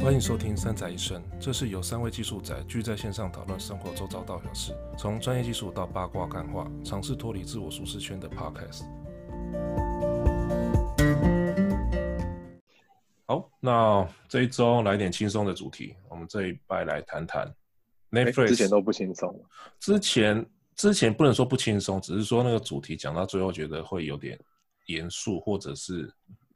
欢迎收听《三宅一生》，这是由三位技术宅聚在线上讨论生活周遭大小事，从专业技术到八卦干话，尝试脱离自我舒适圈的 Podcast。好，那这一周来点轻松的主题，我们这一拜来谈谈哎 Netflix。之前都不轻松，之前之前不能说不轻松，只是说那个主题讲到最后，觉得会有点严肃，或者是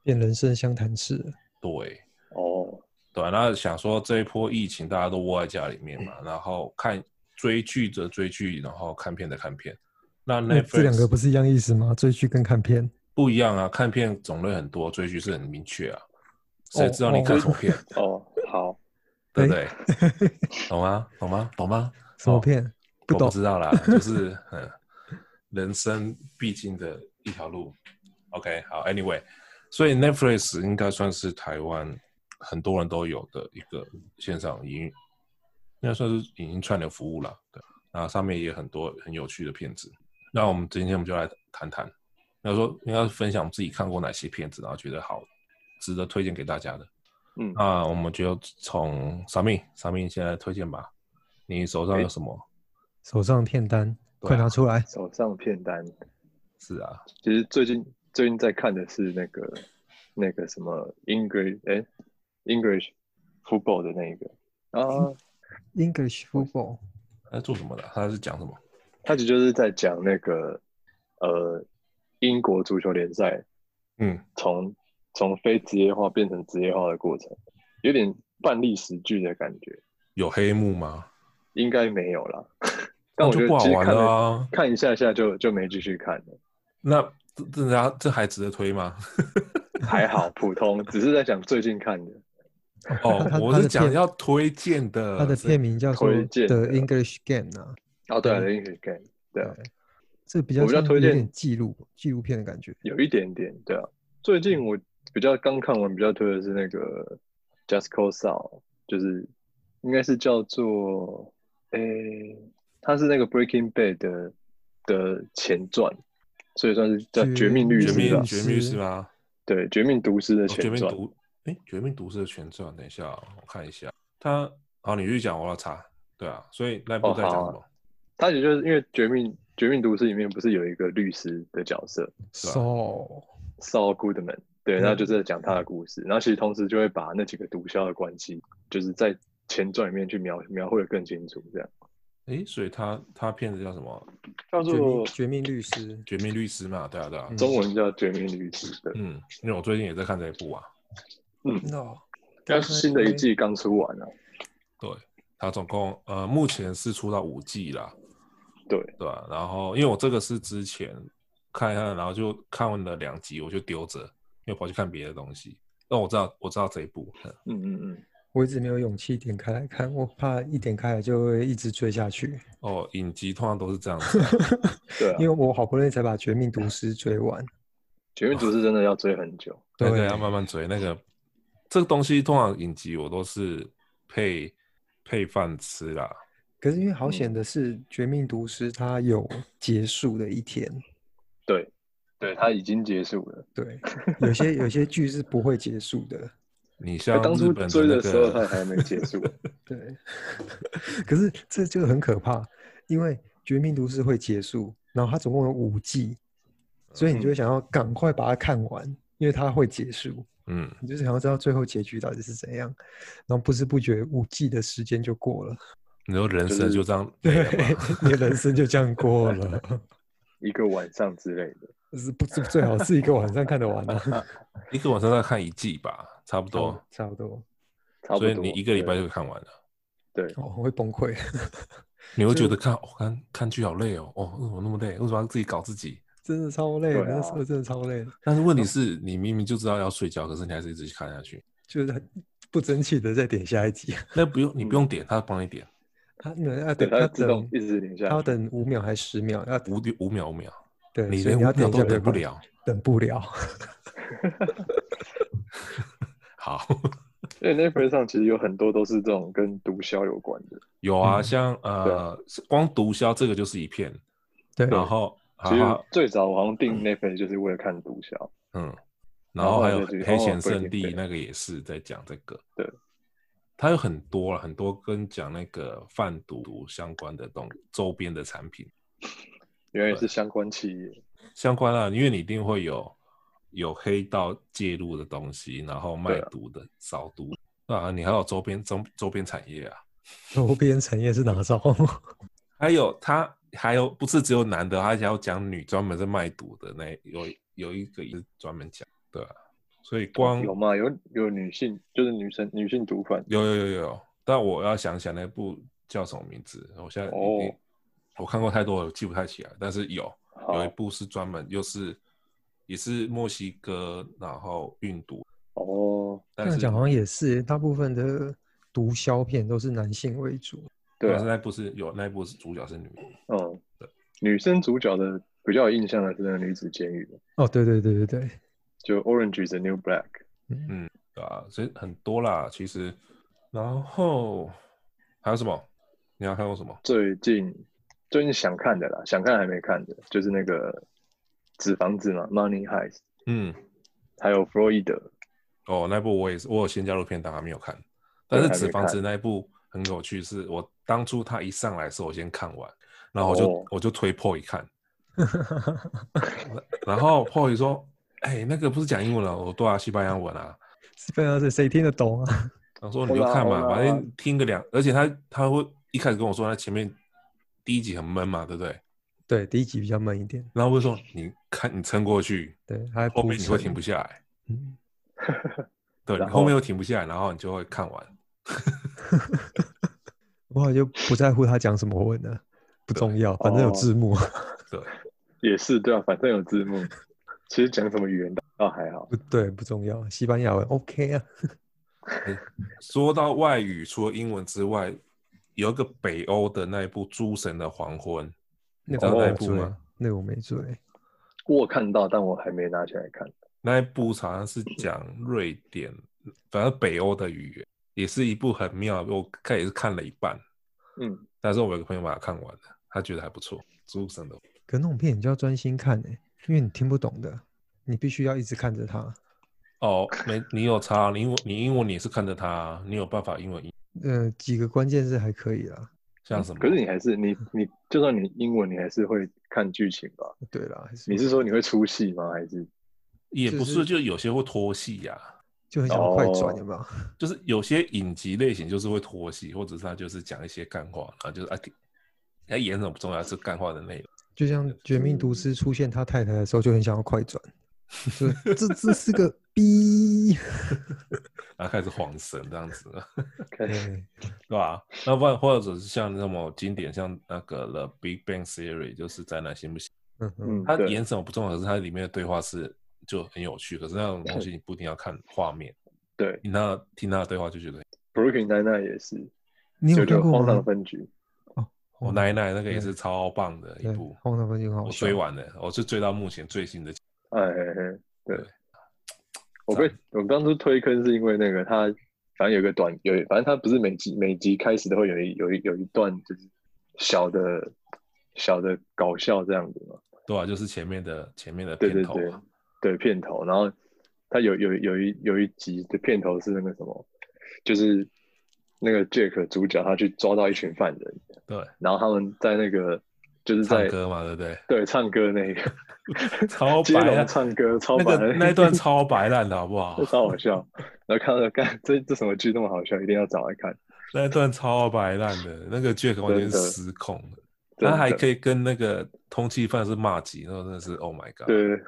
变人生相谈室了。对哦，对啊、那想说这一波疫情大家都窝在家里面嗯嘛，然后看追剧的追剧，然后看片的看片。那那哎这两个 Netflix 不是一样意思吗？追剧跟看片，不一样啊，看片种类很多，追剧是很明确啊，谁知道你哦看什么 片，哦，好，对不对？懂吗？懂吗？懂吗？什么哦片？不我懂不知道啦， 就是嗯，人生必经的一条路。OK，好，Anyway，所以 Netflix 应该算是台湾很多人都有的一个线上影音，应该算是影音串流服务啦。对，那上面也有很多很有趣的片子。那我们今天我们就来谈谈，要说应该分享我们自己看过哪些片子，然后觉得好，值得推荐给大家的。嗯，那我们就从傻命，傻命先来推荐吧。你手上有什么？手上的片单，对啊快拿出来！手上片单，是啊，其实最近最近在看的是那个那个什么 English 哎、English football 的那个啊， English football，他在做什么的？他是讲什么？他其实就是在讲那个呃英国足球联赛嗯，从从非职业化变成职业化的过程，有点半历史剧的感觉，有黑幕吗？哦应该没有啦， 但我那就觉得不好其实玩看了了啊。看一下下就就没继续看了。那这这家这还值得推 吗？还好，普通，只是在讲最近看 的。哦他他，我是他讲的片要推荐的。它的片名叫做推《荐的 The English Game》啊，哦，对啊，《对 English Game》，对啊，这比较我比较像推有荐点记录纪录片的感觉。有一点点，对啊。最近我比较刚看完，比较推的是那个《Just Cause Out》，就是应该是叫做，诶、它是那个《Breaking Bad 的》的前传，所以算是叫《绝命律绝师》吧命律？绝命律师吗？对，《绝命毒啊师》的哦绝前命传。毒哎，绝命毒师的全传，等一下啊我看一下。他好，你继续讲，我要查。对啊，所以那部哦在讲好什啊么？它也就是因为《绝命绝命毒师》里面不是有一个律师的角色，啊 So， Saul Goodman，对，嗯那就是在讲他的故事。然后其实同时就会把那几个毒枭的关系，就是在前传里面去描描绘的更清楚，这样哎，所以他他片子叫什么？叫绝做命绝命律师，绝命律师嘛，对啊对啊。嗯中文叫《绝命律师》的。嗯，因为我最近也在看这一部啊。 no，但是新的一季刚出完啊，对，它总共呃目前是出到五季啦。对对吧、然后因为我这个是之前看一看，然后就看完了两集，我就丢着，因为跑去看别的东西。那我知道我知道这一部，嗯嗯嗯嗯，我一直没有勇气点开来看，我怕一点开来就会一直追下去，哦，影集通常都是这样子啊、对啊，因为我好不容易才把《绝命毒师》追完。绝命毒师真的要追很久，对对，对要慢慢追那个这个东西，通常影集我都是配配饭吃啦。可是因为好险嗯的是，《绝命毒师》它有结束的一天，对，对他已经结束了。对，有些有些剧是不会结束的，你他像哎当啊日初本追那的时候他个，还没 结束，对。 可是这就很可怕，因为《绝命毒师》会结束，然后它总共有五季，所以你就会想要赶快把它看完，因为它会结束，嗯，你就是想要知道最后结局到底是怎样，然后不知不觉五季的时间就过了，你说人就生是就这样没对了嘛， 你的人生就这样过了， 一个晚上之类的。是不是最好是一个晚上看得完啊？ 一个晚上再看一季吧，差不多。差不多，差不所多，以你一个礼拜就看完了，对对我、哦、会崩溃。 你会觉得看哦、看看剧好累哦，哦，为什么那么累？为什么要自己搞自己？真的超累的，对啊那时候真的超累的，但是嗯问题是你明明就知道要睡觉，可是你还是一直去看下去。就是很不争气的再点下一集， 那不用，你不嗯用点，他帮你点他没有要对，等他他自动等一直连下他来。要等五秒还是十秒，要等五五秒五秒，对，你所以连五你秒要点一都下没有等不办法，了。等不了。 好， 因为 Netflix 上其实有很多都是这种跟毒枭有关的，有啊，嗯像对呃啊，是光毒枭这个就是一片，对，哦然后其实还有最早我好像嗯订 Netflix 就是为了看毒枭，嗯，然然后后还再有去黑哦钱对圣对地对那个也是在讲这个，它有很多啊，很多跟讲那个贩毒相关的东周边的产品原来是相关企业，相关啊，因为你一定会有有黑道介入的东西，然后卖对啊毒的、扫毒啊，你还有周边周周边产业啊，周边产业是哪招？ 还有他还有不是只有男的，他还要讲女专门是卖毒的那有有一个也是专门讲对啊，所以光哦有吗？有有女性，就是女生女性毒贩，有有有有，但我要想想那部叫什么名字，我现在已经、哦我看过太多了，我记不太起来，但是有有一好部是专门又是也是墨西哥，然后运毒，哦，这但样是讲好像也是，大部分的毒枭片都是男性为主。对但是啊，那部是有那部是主角是女的，嗯对，女生主角的比较有印象的是那个女子监狱，哦，对对对对对，就 Orange is the New Black， 嗯，对吧、所以很多啦，其实，然后还有什么？你要看过什么？最近最近想看的啦，想看还没看的，就是那个纸房子嘛，Money Heist，嗯，还有弗洛伊德，哦，那部我也是，我有先加入片单，还啊没有看。但是还《没纸房子》看那一部很有趣，是我当初他一上来的时候，我先看完，然后我就、哦我就推 Poi 看，然后 Poi 说：“哎、那个不是讲英文了，我对啊，西班牙文啊。西班牙这谁听得懂啊？” 他说：“你就看嘛， Hola, hola 反正听个两，而且他他会一开始跟我说，他前面第一集很闷嘛，对不对？对，第一集比较闷一点，然后我就说你看你撑过去，对，还后铺面你会陈停不下来，嗯，对，你然后面后又停不下来，然后你就会看完。我好像就不在乎他讲什么文了，不重要，反正有哦字幕，对，也是对啊，反正有字幕， 其实讲什么语言倒还好，不对，不重要，西班牙文 OK 啊，说到外语，除了英文之外，有一个北欧的那一部《诸神的黄昏》，你那哦知道我那没一部追吗？，那我没欸追，我有看到，但我还没拿起来看。那一部好像是讲瑞典，反正北欧的语言，也是一部很妙。我看也是看了一半，嗯，但是我有个朋友把它看完了，他觉得还不错，《诸神的》。可那种片你就要专心看哎、因为你听不懂的，你必须要一直看着它。哦，没，你有差，你英文你英文你也是看着他，啊你有办法英文译呃，几个关键字还可以啦，像什么？可是你还是你你，就算你英文，你还是会看剧情吧？对啦，还是你是说你会出戏吗？还是也不，就是是就有些会拖戏呀、就很想要快转哦有没有？就是有些影集类型就是会拖戏，或者是他就是讲一些干话，然后就是啊，给他演什么不重要，是干话的内容。就像《绝命毒师》出现他太太的时候，就很想要快 转，就这这是个逼，然后开始晃神这样子， 看 对，嗯对吧、那不然或者是像那么经典，像那个《The Big Bang Theory》，就是宅男行不行？嗯哼，嗯，他对演什么不重要，可是他里面的对话是就很有趣。可是那种东西你不一定要看画 面，对听他听他的对话就觉嗯得，Brooklyn 奶奶也是你有九看九过荒唐吗？分局，我那奶奶哦那个也是超棒的一对部，荒唐分局很好我笑追，完了，我是追到目前最新的。哎嘿嘿，对对。我被我当初推坑是因为那个他，反正有个短有，反正他不是每集每集开始都会有一有一有一段就是小的小的搞笑这样子嘛，对啊，就是前面的前面的对片头对嘛，对片头，然后他有有有一有一集的片头是那个什么，就是那个 Jack 主角他去抓到一群犯人，对，然后他们在那个就是唱在歌嘛，对不 对？对唱歌那个超接白龙烂，唱歌超那白个那一段超白烂的好不好 这？超好笑，然后看到干这这什么剧那么好笑，一定要找来看。那一段超白烂的，那个 Jack 完全真是的失控的，真他的还可以跟那个通缉犯是骂几，那真的是 Oh my God！对，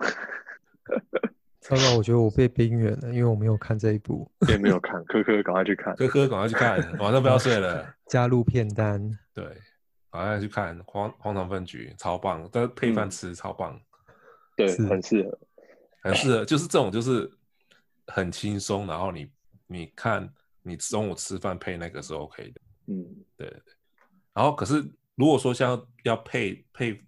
糟糕，我觉得我被边缘了，因为我没有看这一部， 也没有看，科科赶快去 看。哥哥赶快去 看，晚上不要睡了，加入片单，对，赶快去看《荒荒唐分局》，超棒，但是配饭嗯吃超棒，对是，很适合。很适合，就是这种就是很轻松，然后你你看你中午吃饭配那个是 OK 的。嗯，然后可是如果说像要配配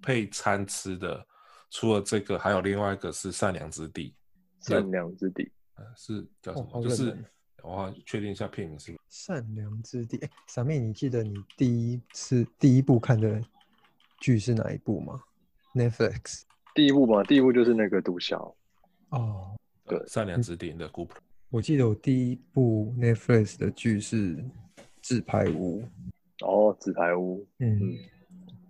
配餐吃的，除了这个，还有另外一个是善良之地，善良之地，呃，是叫什哦么？好就冷是门我要确定一下片名是不是善良之地。哎，傻妹，你记得你第一次第一部看的剧是哪一部吗？Netflix。第一部嘛，第一部就是那个毒枭。哦，呃对嗯善良之地的 group。我记得我第一部 Netflix 的剧是《自拍屋》，哦，纸牌屋，嗯，嗯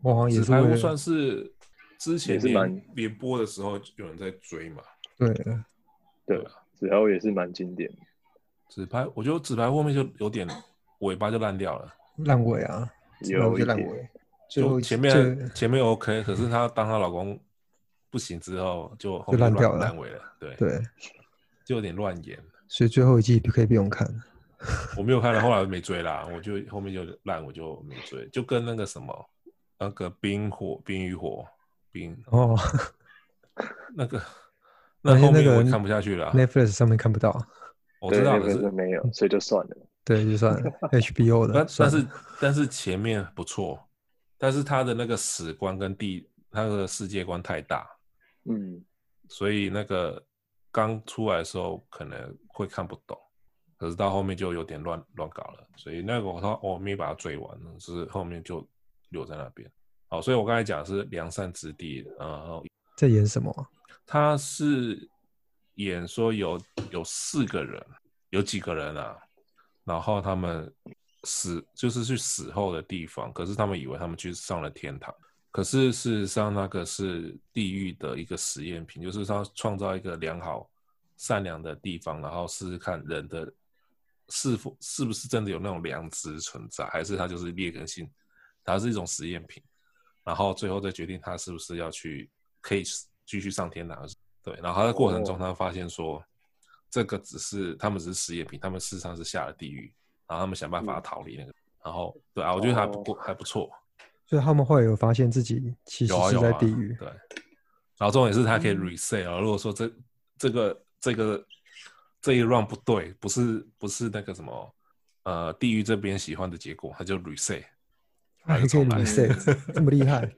我好像也纸是牌为屋了算是之前也是蛮连连播的时候有人在追嘛？对对，纸牌屋也是蛮经典的。纸牌，我觉得纸牌后面就有点尾巴就烂掉了，烂尾啊，自拍屋有一就烂点尾，最就后一前就面前面 OK，可是她当她老公不行之后，就后面烂掉了烂尾了，对，对，就有点乱演。所以最后一季可以不用看。我没有看了，后来没追啦，我就后面就烂，我就没追，就跟那个什么那个冰火冰与火冰哦那个而那且后哎那面个我也看不下去了啊， ，Netflix 上面看不到，我对，知道那可个是是没有，所以就算了。对，就算了 HBO 的但，算但了是但是前面不错，但是他的那个史观跟地他的世界观太大，嗯，所以那个刚出来的时候可能会看不懂，可是到后面就有点乱乱搞了，所以那个我说哦我没把它追完，就是后面就留在那边。好，所以我刚才讲的是良善之地，然后在演什么啊？他是演说有有四个人，有几个人啊？然后他们死就是去死后的地方，可是他们以为他们去上了天堂，可是事实上那个是地狱的一个实验品，就是他创造一个良好、善良的地方，然后试试看人的是否是不是真的有那种良知存在，还是他就是劣根性，它是一种实验品。然后最后再决定他是不是要去可以继续上天堂。对，然后他在过程中他发现说，这个只是他们只是实验品，他们事实上是下了地狱，然后他们想办法逃离那个。然后对啊，我觉得还不过、还不错，所以他们后来有发现自己其实有啊是有在啊，地狱，对，然后重点是他可以嗯 reset 啊、如果说这这个这个这一 round 不对，不是不是那个什么呃地狱这边喜欢的结果，他就 reset，还可以重来 reset，这么厉 害，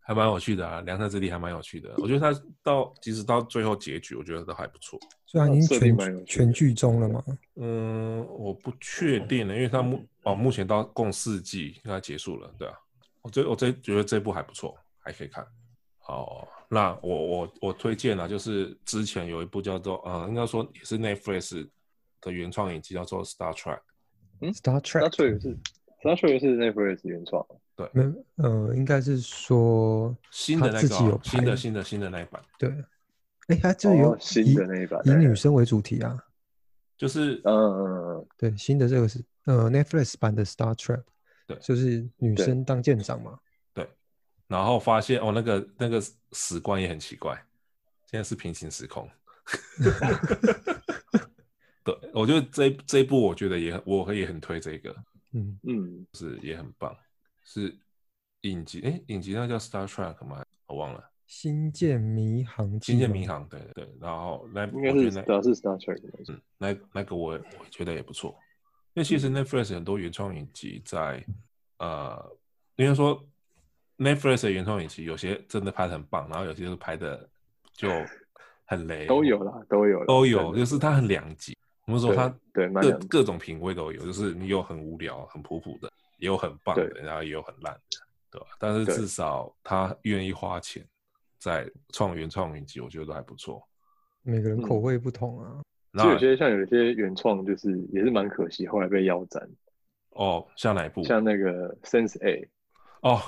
还蛮有趣的啊，《良善之地》还蛮有趣的。我觉得他到即使到最后结局，我觉得都还不错。所以他已经哦设定蛮有趣全的全剧终了嘛？嗯，我不确定了，因为他目哦目前到共四季应该结束了，对啊。我这我这觉得这部还不错，还可以看。好，那我我我推荐啊，就是之前有一部叫做呃，应该说也是 Netflix 的原创影集，叫做《Star Trek》。《Star Star Trek Trek》是《Star Trek》是 Netflix 原创，没呃，应该是说新的那他自个己有哦、新拍的新的新的那一版，对，哎，他就有哦新的那一版以以对女生为主题啊，就是嗯嗯嗯，对，新的这个是呃 Netflix 版的 Star Trek，对就是女对生当舰长嘛，然后发现哦，那个那个史观也很奇怪，现在是平行时 空。对，我觉得这这一部我觉得也很我也很推这个，嗯，嗯，是也很棒，是影集诶，影集那叫 Star Trek 吗？我忘了，星舰迷航《记星嘛，舰迷航》对对，然后那应我该觉是得对啊是 Star Trek 的东西，那那那个我也我觉得也不错，因为其嗯实 Netflix 很多原创影集在呃，应该说 Netflix 的原创影集有些真的拍的很棒，然后有些是拍的就很雷，都有啦，都有啦都真有，的就是它很两极。我们说它对蛮各两极各种品味都有，就是你有很无聊、很普普的，也有很棒的，对然后也有很烂的，对吧？但是对至少他愿意花钱在创原创影集，我觉得都还不错。每个人口嗯味不同啊，就那有些像有些原创就是也是蛮可惜，后来被腰斩，哦，像哪一部？像那个 Sense A，哦，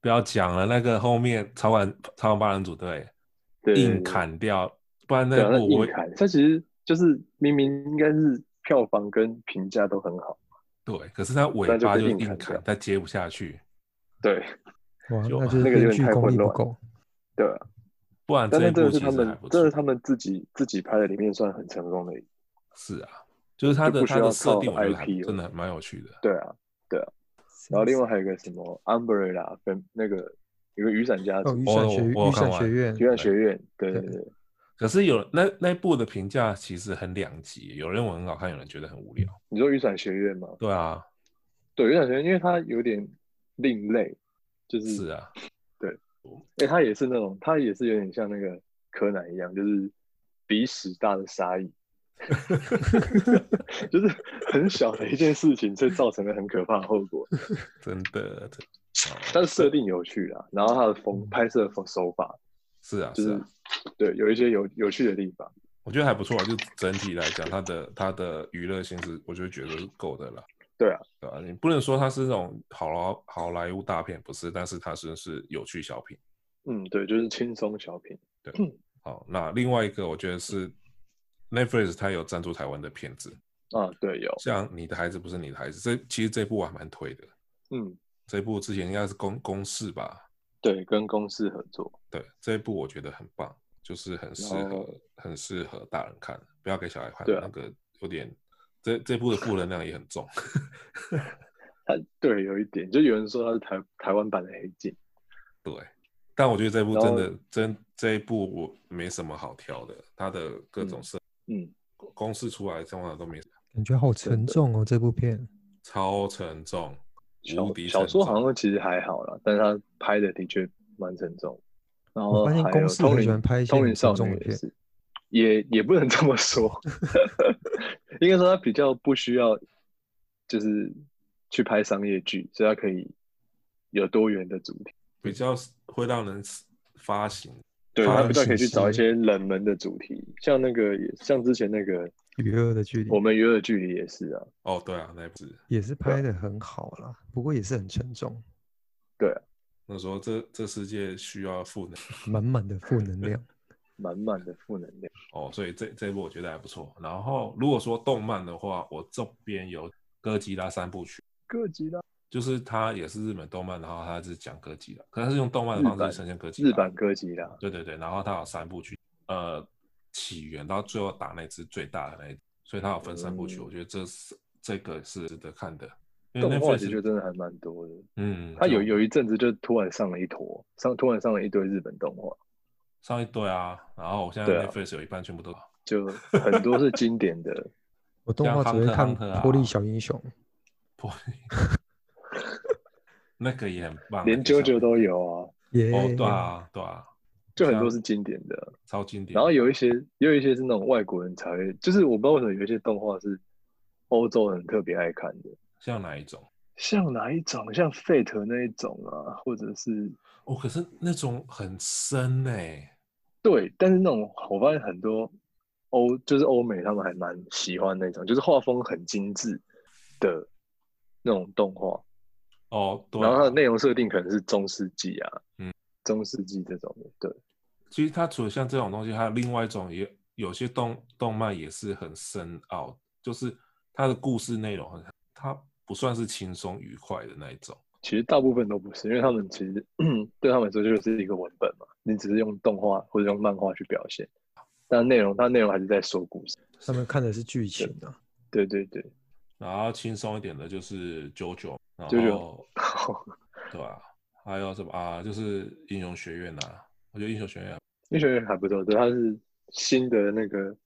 不要讲了，那个后面超完超完八人组队对，硬砍掉，不然对啊，那那部我硬砍，它其实就是明明应该是票房跟评价都很好，对，可是他尾那就巴被就硬硬砍砍掉，他接不下去，对哇，就那就是那个有编点剧太功混力不乱够，对啊，不然但这是一这部个是其他实还们不，这错是。他们自己自己拍的里面算很成功的一，是啊，就是他的就不需他的要设靠定，我觉得还 IP 了真的蛮有趣的。对啊，然后另外还有一个什么 Umbrella 跟那个有个雨伞家哦，族雨我伞有学我有看雨伞完学院雨，伞学院，对对对对，可是有那那一部的评价其实很两极，有人认为很好看，有人觉得很无聊。你说雨伞学院吗？对啊，对，雨伞学院，因为它有点另类，就是是啊，哎、它也是那种，它也是有点像那个柯南一样，就是鼻屎大的杀意，就是很小的一件事情，却造成了很可怕的后果。真的，哦真但是设定有趣啦，然后它的风拍摄手法，是啊，就是是啊，对有一些有有趣的地方。我觉得还不错啊。就整体来讲，它的它的娱乐性是，我就觉得是够的了。对啊，对吧、你不能说它是那种好莱好莱坞大片，不是，但是它是是有趣小品。嗯，对，就是轻松小品。好，那另外一个我觉得是 Netflix 它有赞助台湾的片子，啊，对，有，像《你的孩子不是你的孩子》，这其实这部我还蛮推的。嗯，这部之前应该是公公式吧，对，跟公司合作。对，这一部我觉得很棒，就是很适然合后，很适合大人看，不要给小孩看，对啊那个有点，这这部的负能量也很重。它对有一点，就有人说它是台台湾版的黑镜。对，但我觉得这部然真后的真这一部我没什么好挑的，它的各种嗯设嗯，公式出来通常都没感觉好真沉的重哦，这部片。超沉重，无小敌小沉说重。好像其实还好啦，但是他拍的的确蛮沉重。然后我发现还有公《司通很喜灵欢拍一些通很灵沉少重女的》也片，是，也也不能这么说， 应该说他比较不需要，就是去拍商业剧，所以他可以有多元的主题，比较会让人发行。对发他人比较可以省去思找一些冷门的主题，像那个也像之前那个娱乐的距离我们娱乐距离也是啊，哦，对啊，那一部是也是拍的很好啦，不过也是很沉重，那时候这这世界需要赋能满满的负能 量。满满的负能量。哦，所以这这一部我觉得还不错。然后如果说动漫的话，我这边有《哥吉拉三部曲》，各级的就是它也是日本动漫，然后它是讲哥吉拉，可它是用动漫的日方版式呈现哥吉拉。日版哥吉拉，对对对，然后它有三部曲，呃，起源到最后打那只最大的那一只，所以它有分三部曲。嗯我觉得这是这个是值得看的，因为动画其 Netflix 实真的还蛮多的。嗯，他有就有一阵子就突然上了一坨，上突然上了一堆日本动画，上一堆啊，然后我现在对啊 Netflix 有一半全部都就很多是经典 的。我动像画只会 Hunter 看 Hunter 《啊玻璃小英哦雄》，破，那个也很棒，连那个小 JoJo 都有啊，耶、哦，对啊，对啊，就很多是经典的。超经典。然后有一些，也有一些是那种外国人才会，就是我不知道为什么有一些动画是欧洲人特别爱看的，像哪一种？像哪一种，像 Fate 那一种啊，或者是哦，可是那种很深呢、对，但是那种我发现很多欧就是欧美他们还蛮喜欢那种，就是画风很精致的那种动画。哦，对、然后它啊的，内容设定可能是中世纪啊，嗯，中世纪这种的，对，其实它除了像这种东西，还有另外一种也有些动动漫也是很深奥，就是它的故事内容很，它不算是轻松愉快的那一种。其实大部分都不是，因为他们其实 对他们来说就是一个文本嘛，你只是用动画或者用漫画去表现，但内容它内容还是在说故事，他们看的是剧情啊，对对对，然后轻松一点的就是九九，然 JoJo 后 对吧、还有什么啊？就是英雄学院啊呐、我觉得英雄学院英雄学院还不错，对，它是新的那个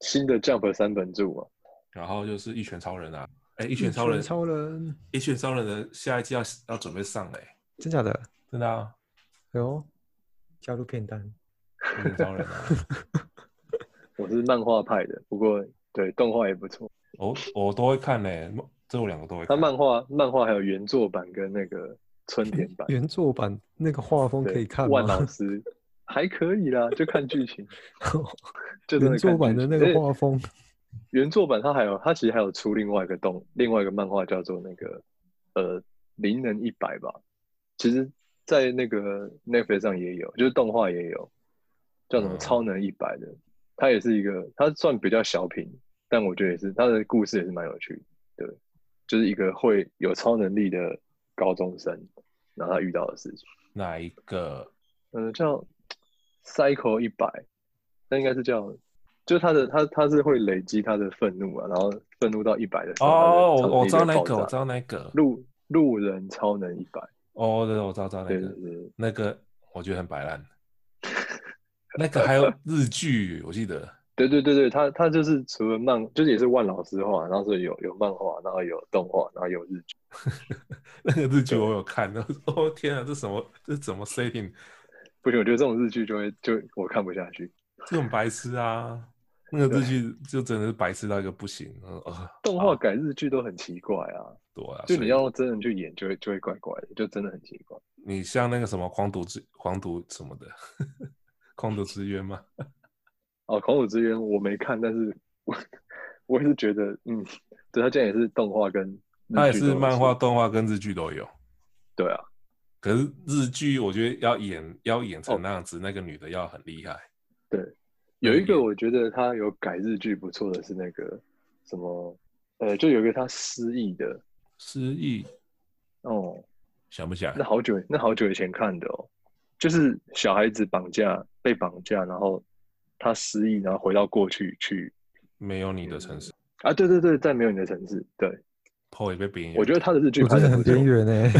新的 Jump 三本柱啊嘛，然后就是一拳超人啊，哎，一一拳超人，超，人，一拳超人的下一季要要准备上嘞、真假的？真的啊，有、呦，加入片单，一拳超 人啊，我是漫画派的，不过对动画也不错，我我都会看嘞、这我两个都会它看。漫画漫画还有原作版跟那个春田 版，原作版那个画风对可以看 万老吗？师还可以啦，就看剧情。就真哦原的作看版剧的情那个而且画风，原作版它还有它其实还有出另外一个动另外一个漫画叫做那个呃《灵能一百》吧，其实，在那个 Netflix 上也有，就是动画也有，叫什么嗯《超能一百》的，它也是一个它算比较小品，但我觉得也是它的故事也是蛮有趣的，对，就是一个会有超能力的高中生，然后他遇到的事情，哪一个？嗯、叫 Cycle 一百，那应该是叫，就是他的他他是会累积他的愤怒啊，然后愤怒到一百的时候，哦，他的我我知道超能那力就个，爆我炸知道那个。路路人超能一百，哦，对，我知道，知道那对个对，对，那个我觉得很摆 烂。那个还有日剧，我记得。对对对对，他他就是除了漫，就是也是万老师画，然后所以有有漫画，然后有动画，然后有日剧，那个日剧我有看，然后说哦天啊，这什么这怎么 setting？不行，我觉得这种日剧就会就我看不下去，这种白痴啊！那个日剧就真的是白痴到一个不行。呃，呃动画啊改日剧都很奇怪啊，对啊，就所你以要真人去演就会就会怪怪的，就真的很奇怪。你 像那个什么狂赌之狂赌什么的，狂赌之渊吗？哦，《狂舞之渊》我没看，但是我我也是觉得，嗯，对，它竟然也是动画跟日它也剧都是有漫出画、，动画跟日剧都有。对啊，可是日剧，我觉得要演要哦演成那样子，那个女的要很厉害。有一个嗯我觉得他有改日剧不错的是那个什么，呃，就有一个他失忆的失忆哦，想不起来那，好久那好久以前看的哦，就是小孩子绑架被绑架，然后他失忆，然后回到过去去没有你的城市，啊，对对对，在没有你的城市，对破也被别人。我觉得他的日剧我拍真的的很边缘哎，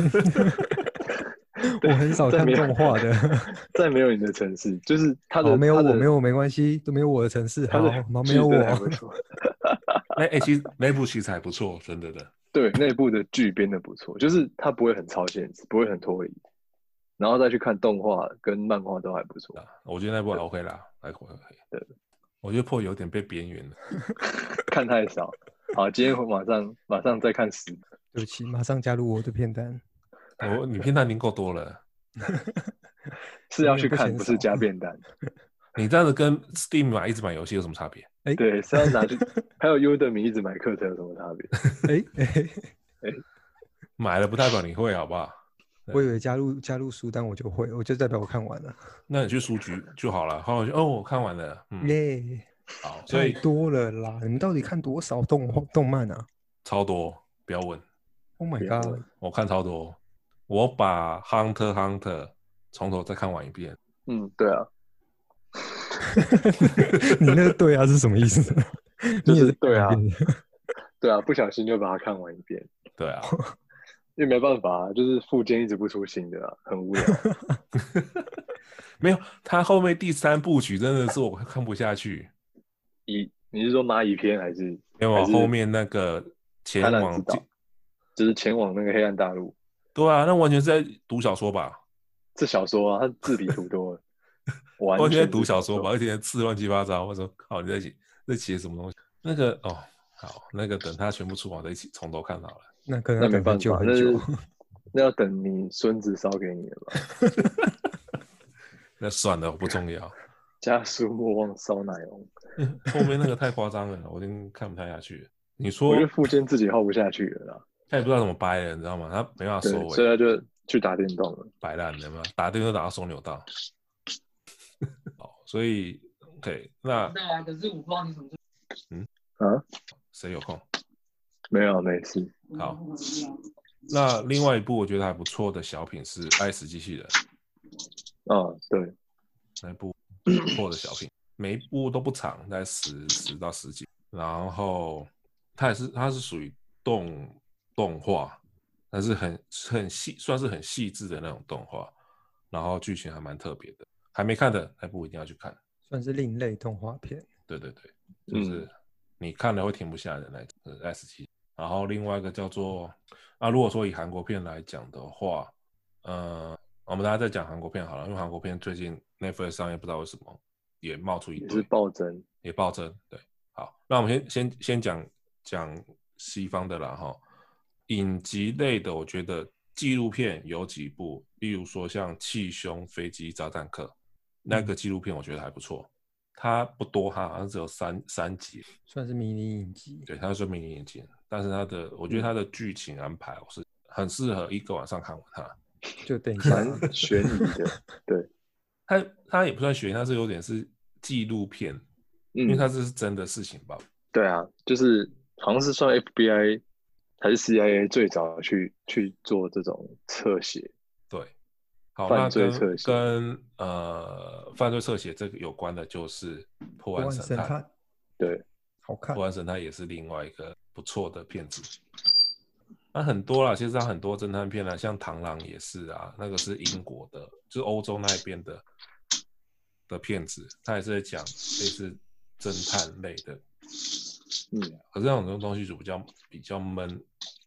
我很少在看没有动 画的。在没有你的城市，就是他的好，哦没有他我，的没有我没关系，都没有我的城市，他好，的然后没剧有真的还我不，错哎哎、其实那部其实还不错，真的的。对内部的剧编的不错，就是他不会很超现实，不会很脱离，然后再去看动画跟漫画都还 不错。啊我觉得那部还 OK 啦，还 OK。对，我觉得破有点被边缘了。看太少。好，今天我马上马上再看十。对不起，马上加入我的 片单。我你片段已经够多了，是要去有点看，不不嫌是少加便当。你这样子跟 Steam 买一直买游戏有什么差别？哎，对，是要拿去。还有 Udemy 一直买课程有什么差别？哎哎，买了不代表你会，好不好？我以为加入加入书单我就会，我就代表我看完了，那你去书局就好了。后来我就哦，我看完了，嗯，耶！好，所太以多了啦，你们到底看多少动画动漫啊超多，不要问， ？Oh my 不要 god！问我看超多，我把 Hunter Hunter 从头再看完一遍。嗯，对啊，你那个对啊是什么意 思？ 就你也是在对啊改变的对啊，不小心就把它看完一遍，对啊，因为没办法、啊，就是附件一直不出新的、啊，很无聊。没有，他后面第三部曲真的是我看不下去，蚁，你是说蚂蚁篇还是因为我还是后面那个前贪婪往之岛？就是前往那个黑暗大陆？对啊，那完全是在读小说吧？这小说啊，它字体 图多了，完完全全在是读小说吧，而且字乱七八糟。我说靠，你在写在写什么东西？那个哦，好，那个等他全部出完再一起从头看好了。 那可能那要没等办很久法，很那是久。 那要等你孙子烧给你了吧？那算了，不重要。 家书莫忘烧奶翁。后面那个太夸张了，我已经看不太下去了。你说我觉得附件自己耗不下去了啦，他也不知道怎么掰了，你知道吗？他没办法对收，所以尾，他就去打电动了。摆烂了嘛，打电话打到手扭到。 好，所以 OK，那对啊，可是我不知道你什么时啊，谁有空？没有，啊没事。候嗯好，那另外一部我觉得还不错的小品是《爱死机器人》。啊，对，那一部不错的小品，每一部都不长，大概十十到十几。然后它也是它是属于动动画，但是很很细，算是很细致的那种动画。然后剧情还蛮特别的，还没看的那部一定要去看。算是另类动画片，对对对，嗯就是你看了会停不下来的那一种呃 S 七。然后另外一个叫做啊，如果说以韩国片来讲的话，呃，我们大家再讲韩国片好了，因为韩国片最近 Netflix 上也不知道为什么也冒出一也堆是暴 增。也暴增。对，好，那我们先先先讲讲西方的啦哈。影集类的，我觉得纪录片有几部，例如说像《气胸飞机炸弹客》那个纪录片，我觉得还不错。它不多，它好像只有三三集，算是迷你影集。对，它是迷你眼睛，但是它的，我觉得它的剧情安排我是很适合一个晚上看完它。就等一下啊，蛮悬疑 的，它它也不算悬疑，它是有点是纪录片，因为嗯，它这是真的事情吧？对啊，就是好像是算 FBI 还是 CIA 最早去去做这种侧写，对，好，犯那罪跟侧写跟呃犯罪侧写这个有关的就是《破案万神神探》，探对，好《看破，案神探》也是另外一个不错的片子。那、很多啦，其实它很多侦探片啦，像《螳螂》也是啊，那个是英国的，就是欧洲那边的的片子，它也是在讲类似侦探类的，嗯，可是那种东西就比较比较闷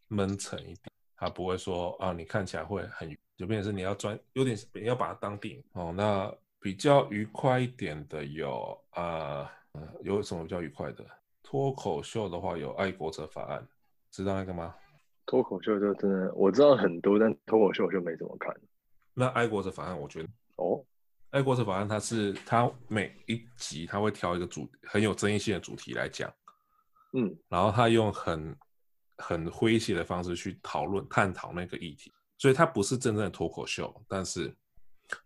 闷沉一点，它不会说啊，你看起来会很，就变成是你要专，有点你要把它当电影哦。那比较愉快一点的有啊、呃有什么比较愉快的？脱口秀的话有《爱国者法案》，知道那个吗？脱口秀就真的我知道很多，但脱口秀我就没怎么看。那《爱国者法案》我觉得哦，爱国者法案》它是它每一集它会挑一个主很有争议性的主题来讲，嗯，然后他用很很诙谐的方式去讨论探讨那个议题，所以它不是真正的脱口秀，但是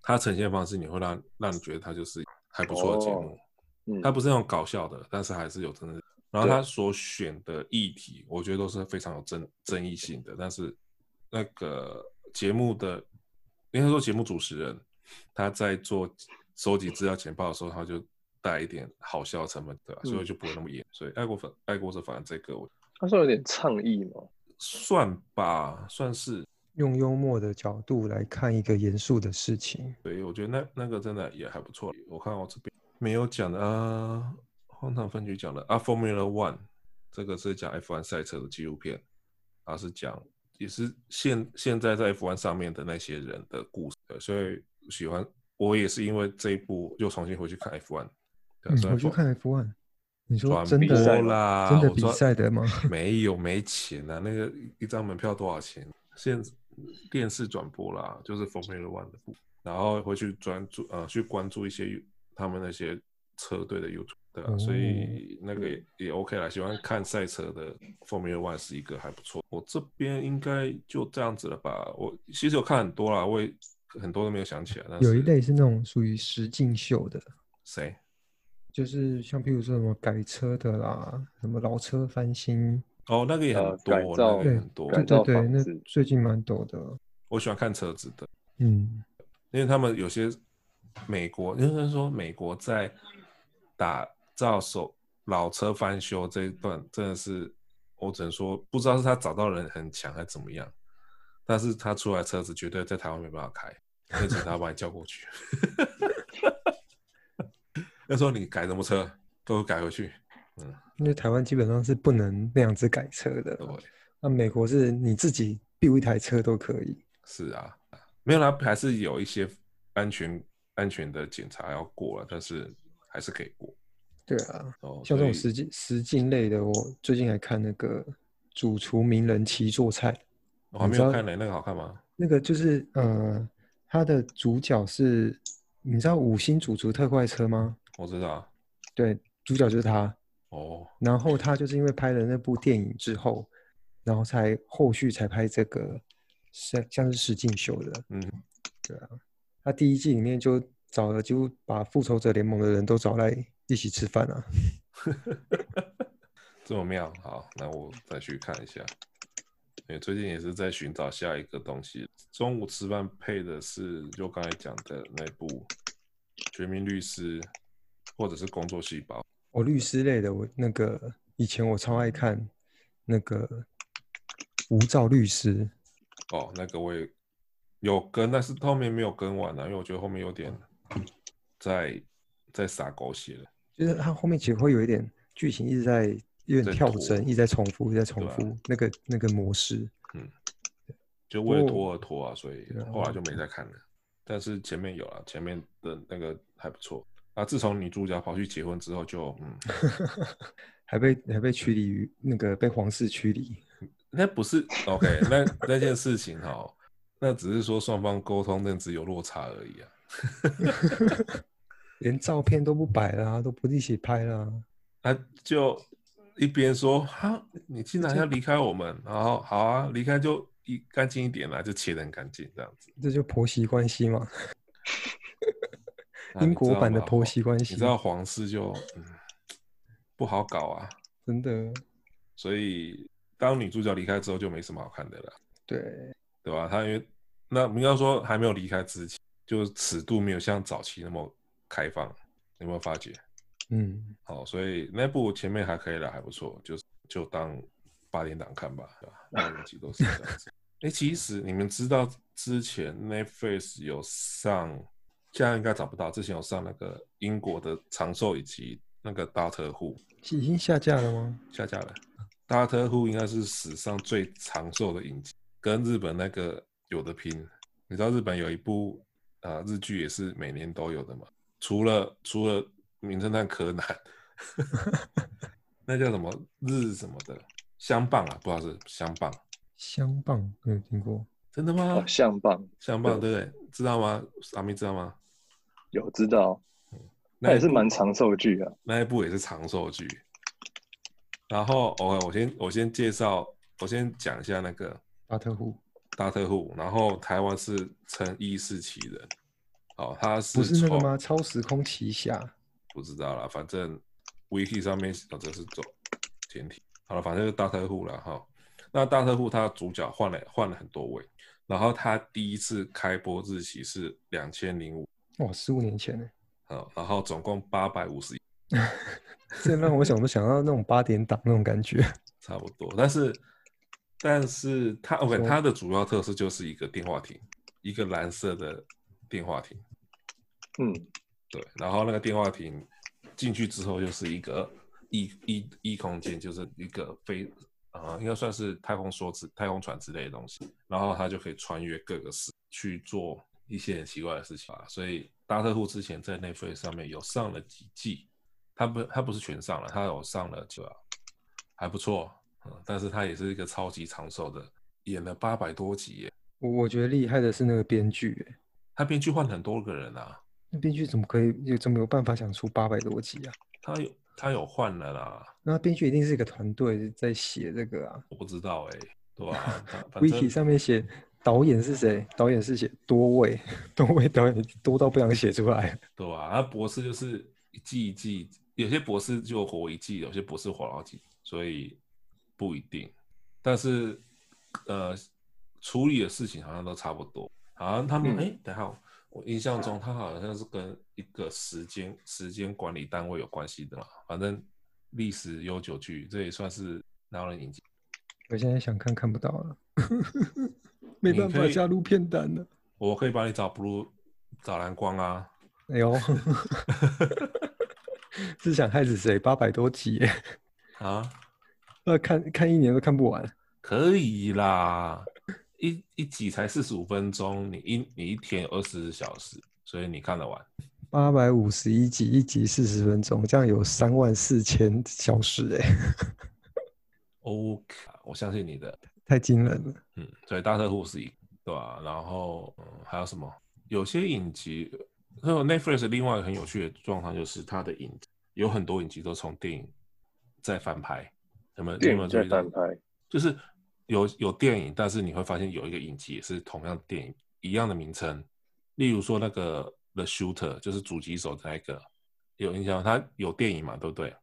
它呈现方式你会让让你觉得它就是还不错的节目，嗯，它不是那种搞笑的，但是还是有真的。然后它所选的议题，我觉得都是非常有争争议性的，但是那个节目的应该说节目主持人他在做收集资料简报的时候，他就带一点好笑的成分，对吧？嗯所以就不会那么严。所以爱国粉爱国者反正这个我他说有点倡议嘛，算吧，算是用幽默的角度来看一个严肃的事情。对，我觉得那那个真的也还不错。我看我这边没有讲的啊，荒唐分局讲的啊，Formula One 这个是讲 F1 赛车的纪录片，啊是讲也是现现在在 F1 上面的那些人的故事，对所以喜欢我也是因为这一部又重新回去看 F1，对啊嗯虽，然我去说看 F1，你说转哦真比赛播的吗啦，真的我比说赛的吗？ 没有，没钱啊！那个一张门票多少钱？现电视转播啦，就是 Formula One 的部，然后会去专注呃去关注一些他们那些车队的 YouTube，对、啊哦所以那个也也 OK 啦。喜欢看赛车的 Formula One 是一个还不错。我这边应该就这样子了吧。我其实有看很多啦，我也很多都没有想起来。但是有一类是那种属于实境秀的，谁？就是像譬如说什么改车的啦，什么老车翻新，哦，那个也很呃多，改那造个也对很多。改对造对对，房那子最近蛮多的。我喜欢看车子的。嗯，因为他们有些美国，应该说美国在打造手老车翻修这一段，真的是我只能说，不知道是他找到人很强还是怎么样，但是他出来车子绝对在台湾没办法开，那警察把你叫过去， 那时候你改什么车，给我改回去，因为台湾基本上是不能那样子改车的对，，那美国是你自己 build 一台车都可以。是啊，没有啦，还是有一些安全安全的检查要过了，但是还是可以过。对啊，哦，像这所以种实境实境类的，我最近还看那个主厨名人齐做菜，我还你没知有道看呢，那个好看吗？那个就是呃，它的主角是，你知道五星主厨特快车吗？我知道啊，对，主角就是他。哦，然后他就是因为拍了那部电影之后，然后才后续才拍这个像像是实境秀的。嗯，对啊，他第一季里面就找了，几乎把复仇者联盟的人都找来一起吃饭啊。这么妙，好，那我再去看一下。因为最近也是在寻找下一个东西。中午吃饭配的是就刚才讲的那部《绝命律师》，或者是《工作细胞》。我、哦律师类的，我那个以前我超爱看那个无照律师，哦，那个我也有跟，但是后面没有跟完啊，因为我觉得后面有点在在撒狗血了。就是他后面其实会有一点剧情一直在有在点跳拖针，一直在重复，一直在重对啊复、那个那个模式。就为了不拖而拖啊，所以对啊后来就没再看了。但是前面有啊，前面的那个还不错啊。自从女主角跑去结婚之后就，嗯， 还被还被驱离于那个被皇室驱离，那不是 OK，那那件事情哈，那只是说双方沟通认知有落差而已啊。连照片都不摆啦、都不一起拍啦、啊，就一边说哈，你竟然要离开我们，然后好啊，离开就一干净一点啦，就切得很干净这样子。这就婆媳关系嘛。啊英你知国道版的吗婆媳关系，你知道皇室就嗯不好搞啊，真的所以当女主角离开之后就没什么好看的了。对，对吧？他因为那我们要说还没有离开之前，就是尺度没有像早期那么开放，有没有发觉？嗯，好，所以那部前面还可以了，还不错，就是就当八点档看吧，对吧？那两集都是这样子。哎、其实你们知道之前 Netflix 有上，现在应该找不到，之前有上那个英国的长寿以及那个 Doctor Who 已经下架了吗？下架了。Doctor Who 应该是史上最长寿的影集，跟日本那个有的拼。你知道日本有一部啊、呃日剧也是每年都有的嘛？除了除了名侦探柯南， 那叫什么日什么的相棒啊？不知道是相棒，香棒没有听过，真的吗哦，？相棒相棒对对不对？知道吗？阿咪知道吗？有知道，那那也一是部蛮长寿剧啊。那一部也是长寿剧。然后我我先我先介绍，我先讲一下那个巴特户大特户，然后台湾是称伊四奇人，哦，他是不是那个从吗？超时空奇侠，不知道啦，反正 wiki 上面写的是走前提。好了，反正就是大特户了哈。那大特户他的主角换了换了很多位，然后他第一次开播日期是两千零五，哇，十五年前呢，欸啊，然后总共八百五十这让我想都想到那种八点档那种感觉。差不多。但是，但是它 OK，说它的主要特色就是一个电话亭，一个蓝色的电话亭。嗯，对，然后那个电话亭进去之后就是一个异异异空间，就是一个飞啊、应该算是太空梭之太空船之类的东西，然后它就可以穿越各个世去做一些很奇怪的事情啊。所以大特护之前在 Netflix 上面有上了几季，它不它不是全上了，它有上了就还不错，嗯，但是它也是一个超级长寿的，演了八百多集耶，我我觉得厉害的是那个编剧，哎，它编剧换了很多个人啊，那编剧怎么可以有怎么有办法想出八百多集啊？它有它有换了啦。那编剧一定是一个团队在写这个啊。我不知道哎、对吧、啊？反反 Wiki 正上面写导演是谁？导演是写多位，多位导演多到不想写出来。对吧、啊？那博士就是一季一季，有些博士就活一季，有些博士活好几，所以不一定。但是呃，处理的事情好像都差不多。好像他们嗯哎、诶等一下我我印象中他好像是跟一个时间时间管理单位有关系的嘛。反正历史悠久剧，这也算是拿人引进。我现在想看看不到了，没你办可法以加入片单了。我可以帮你找 blue 找蓝光啊，哎呦，是想害死谁？八百多集耶，啊。那看看一年都看不完。可以啦，一一集才四十五分钟，你一你一天有二十小时，所以你看得完。八百五十一集，一集四十分钟，这样有三万四千小时，哎， OK，我相信你的。太惊人了。嗯，所以大特护是一，对吧、然后、嗯、还有什么？有些影集，还有 Netflix 另外一个很有趣的状况就是它的影集有很多影集都从电影再翻拍，有没有？你有电没有影注在意到翻？拍，就是有有电影，但是你会发现有一个影集也是同样的电影一样的名称，例如说那个《The Shooter》，就是狙击手的那一个，有印象吗？它有电影嘛，对不对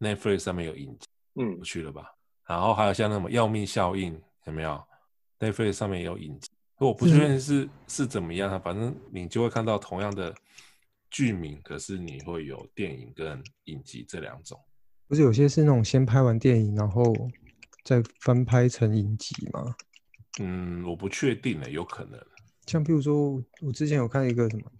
？Netflix 上面有影集，嗯有，趣了吧？然后还有像那什么《要命效应》，有没有？Netflix 上面也有影集，我不确定是是怎么样啊，反正你就会看到同样的剧名，可是你会有电影跟影集这两种。不是有些是那种先拍完电影，然后再翻拍成影集吗？嗯，我不确定呢，有可能。像比如说，我之前有看一个什么，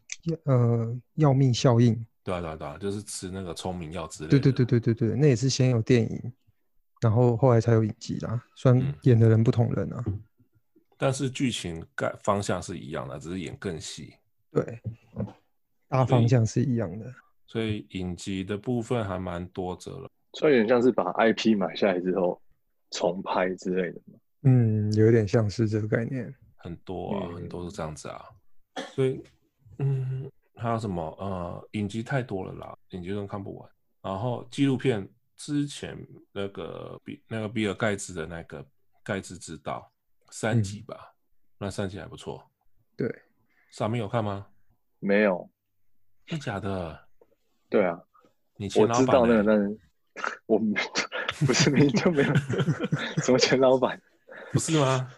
呃，要命效应，对啊，对啊，对啊，就是吃那个聪明药之类的。对对对对对对，那也是先有电影，然后后来才有影集啦。虽然嗯演的人不同人啊，但是剧情概方向是一样的，只是演更细。对，大方向是一样的。所嗯以影集的部分还蛮多折了。所以有点像是把 IP 买下来之后重拍之类的嘛。嗯，有点像是这个概念。很多啊，嗯很多是这样子啊。所以，嗯，还有什么？呃，影集太多了啦，影集都看不完。然后纪录片之前那个比那个比尔盖茨的那个盖茨之道三嗯集吧，那三集还不错。对，傻明有看吗？没有，真假的？对啊，你前我老知板欸道那呢个，但是我没不是你就没有什么前老板不是吗？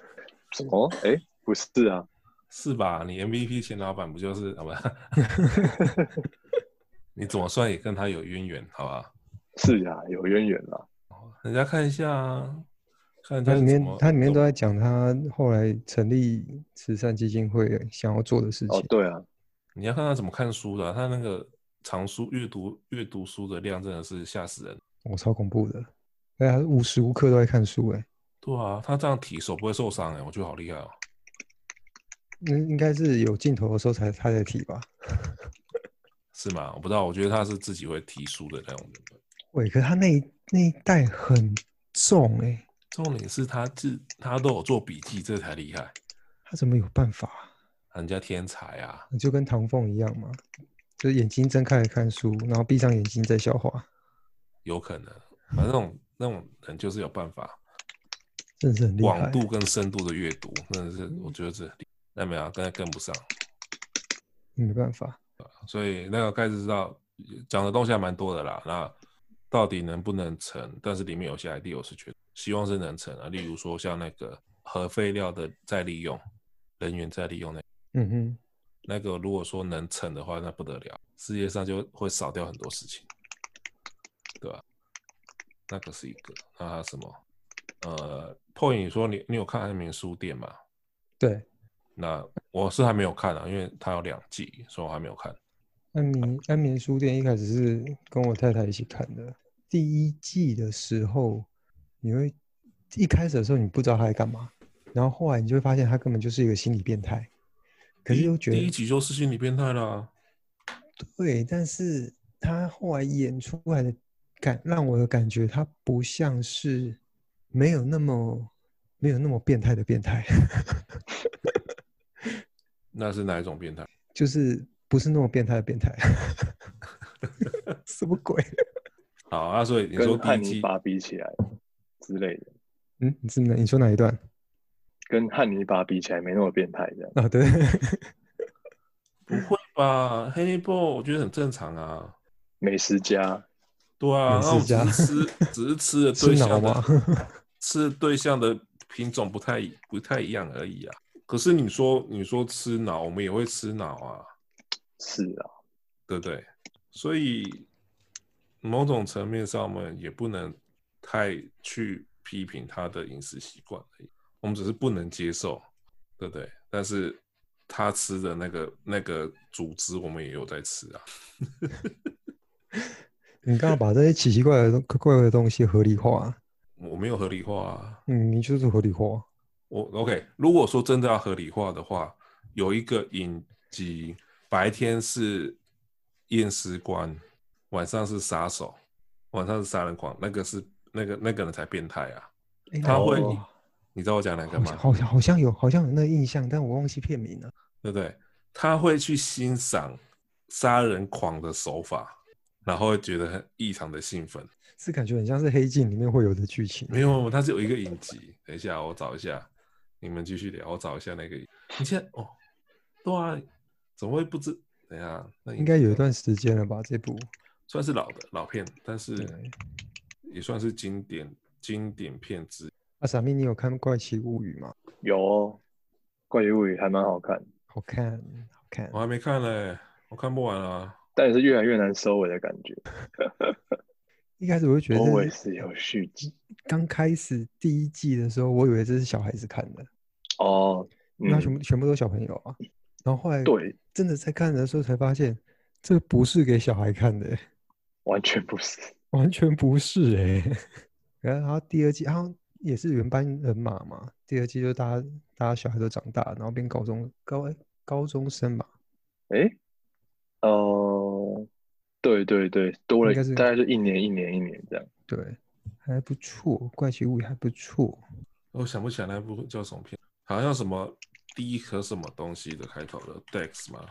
什么？哎、不是啊，是吧？你 MVP 前老板不就是 好吧？ 你怎么算也跟他有渊源，好吧？是啊，有渊源啦。人家看一下啊，看它他里是怎面么，它里面都在讲他后来成立慈善基金会想要做的事哦情，。对啊，你要看他怎么看书的啊、他那个藏书阅读阅读书的量真的是吓死人。我、哦超恐怖的，对啊，无时无刻都在看书、欸，哎，对啊，他这样提手不会受伤哎、我觉得好厉害哦。那应该是有镜头的时候才他才提吧。是吗？我不知道，我觉得他是自己会提书的那种人。喂，可是他那一那一袋很重哎、重点是他自他都有做笔记，这才厉害，他怎么有办法啊、人家天才啊。就跟唐凤一样嘛，就是眼睛睁开来看书，然后闭上眼睛再消化，有可能。反正那种那种人就是有办法真的是很厉害广。度跟深度的阅读，真的是我觉得是，那没有啊，刚才跟不上，没办法，所以那个盖茨知道讲的东西还蛮多的啦。那到底能不能成？但是里面有些 idea 我是觉得希望是能成啊，例如说像那个核废料的再利用、人员再利用那嗯哼，那个，如果说能成的话，那不得了，世界上就会少掉很多事情，对吧？那个是一个，那还有什么？呃，point 你说你你有看《安眠书店》吗？对，那我是还没有看啊，因为它有两季，所以我还没有看。安眠安眠书店一开始是跟我太太一起看的，第一季的时候，你会一开始的时候你不知道他在干嘛，然后后来你就会发现他根本就是一个心理变态，可是第一又觉得第一集就是心理变态啦，对，但是他后来演出来的感，让我的感觉他不像是没有那么没有那么变态的变态， 那是哪一种变态？就是不是那么变态的变 态，什么鬼？好啊，所以你说跟第汉一尼季，拔比起来之类的，嗯，你真的？你说哪一段跟汉尼拔比起来没那么变态这样。啊？ 对，不会吧？啊黑内波我觉得很正常啊，美食家对啊，美那我食家们只是吃只是吃的 吃对脑象吗？的吃的对象的品种不太不太一样而已啊。可是你说你说吃脑，我们也会吃脑啊，是啊，对不对？所以某种层面上，我们也不能太去批评他的饮食习惯而已，我们只是不能接受，对不对？但是他吃的那个那个组织，我们也有在吃啊。你刚刚把这些奇奇怪怪的东怪怪的东西合理化，我没有合理化啊。嗯，你就是合理化，我 OK，如果说真的要合理化的话，有一个影集，白天是验尸官，晚上是杀手，晚上是杀人狂，那个是那个那个人才变态啊。诶他会好像，你知道我讲哪个哦好像吗？好像好像有好像有那个印象，但我忘记片名了。对不对？他会去欣赏杀人狂的手法，然后会觉得很异常的兴奋。是感觉很像是《黑镜》里面会有的剧情。没有，它是有一个影集。等一下，我找一下，你们继续聊，我找一下那个影。你现在哦，对啊，怎么会不知？等一下，那应该有一段时间了吧？这部算是老的老片，但是对也算是经典经典片之一。阿傻咪，你有看《怪奇物语》吗？有哦《怪奇物语》还蛮好看，好看，好看哦我。还没看嘞，我看不完啊。但也是越来越难收尾的感觉。一开始我就觉得这是 always 有续集刚开始第一季的时候，我以为这是小孩子看的，哦，因为它全嗯，部全部都是小朋友啊。然后后来对，真的在看的时候才发现，这不是给小孩看的、完全不是。完全不是哎、然后第二季好像也是原班人马嘛，第二季就大家大家小孩都长大，然后变高中高高中生吧，诶，哦，对对对，多了应该是大概就一年一年一年这样。对，还不错，怪奇物语还不错。我想不起来那部叫什么片，好像什么第一颗什么东西的开头的 Dex 吗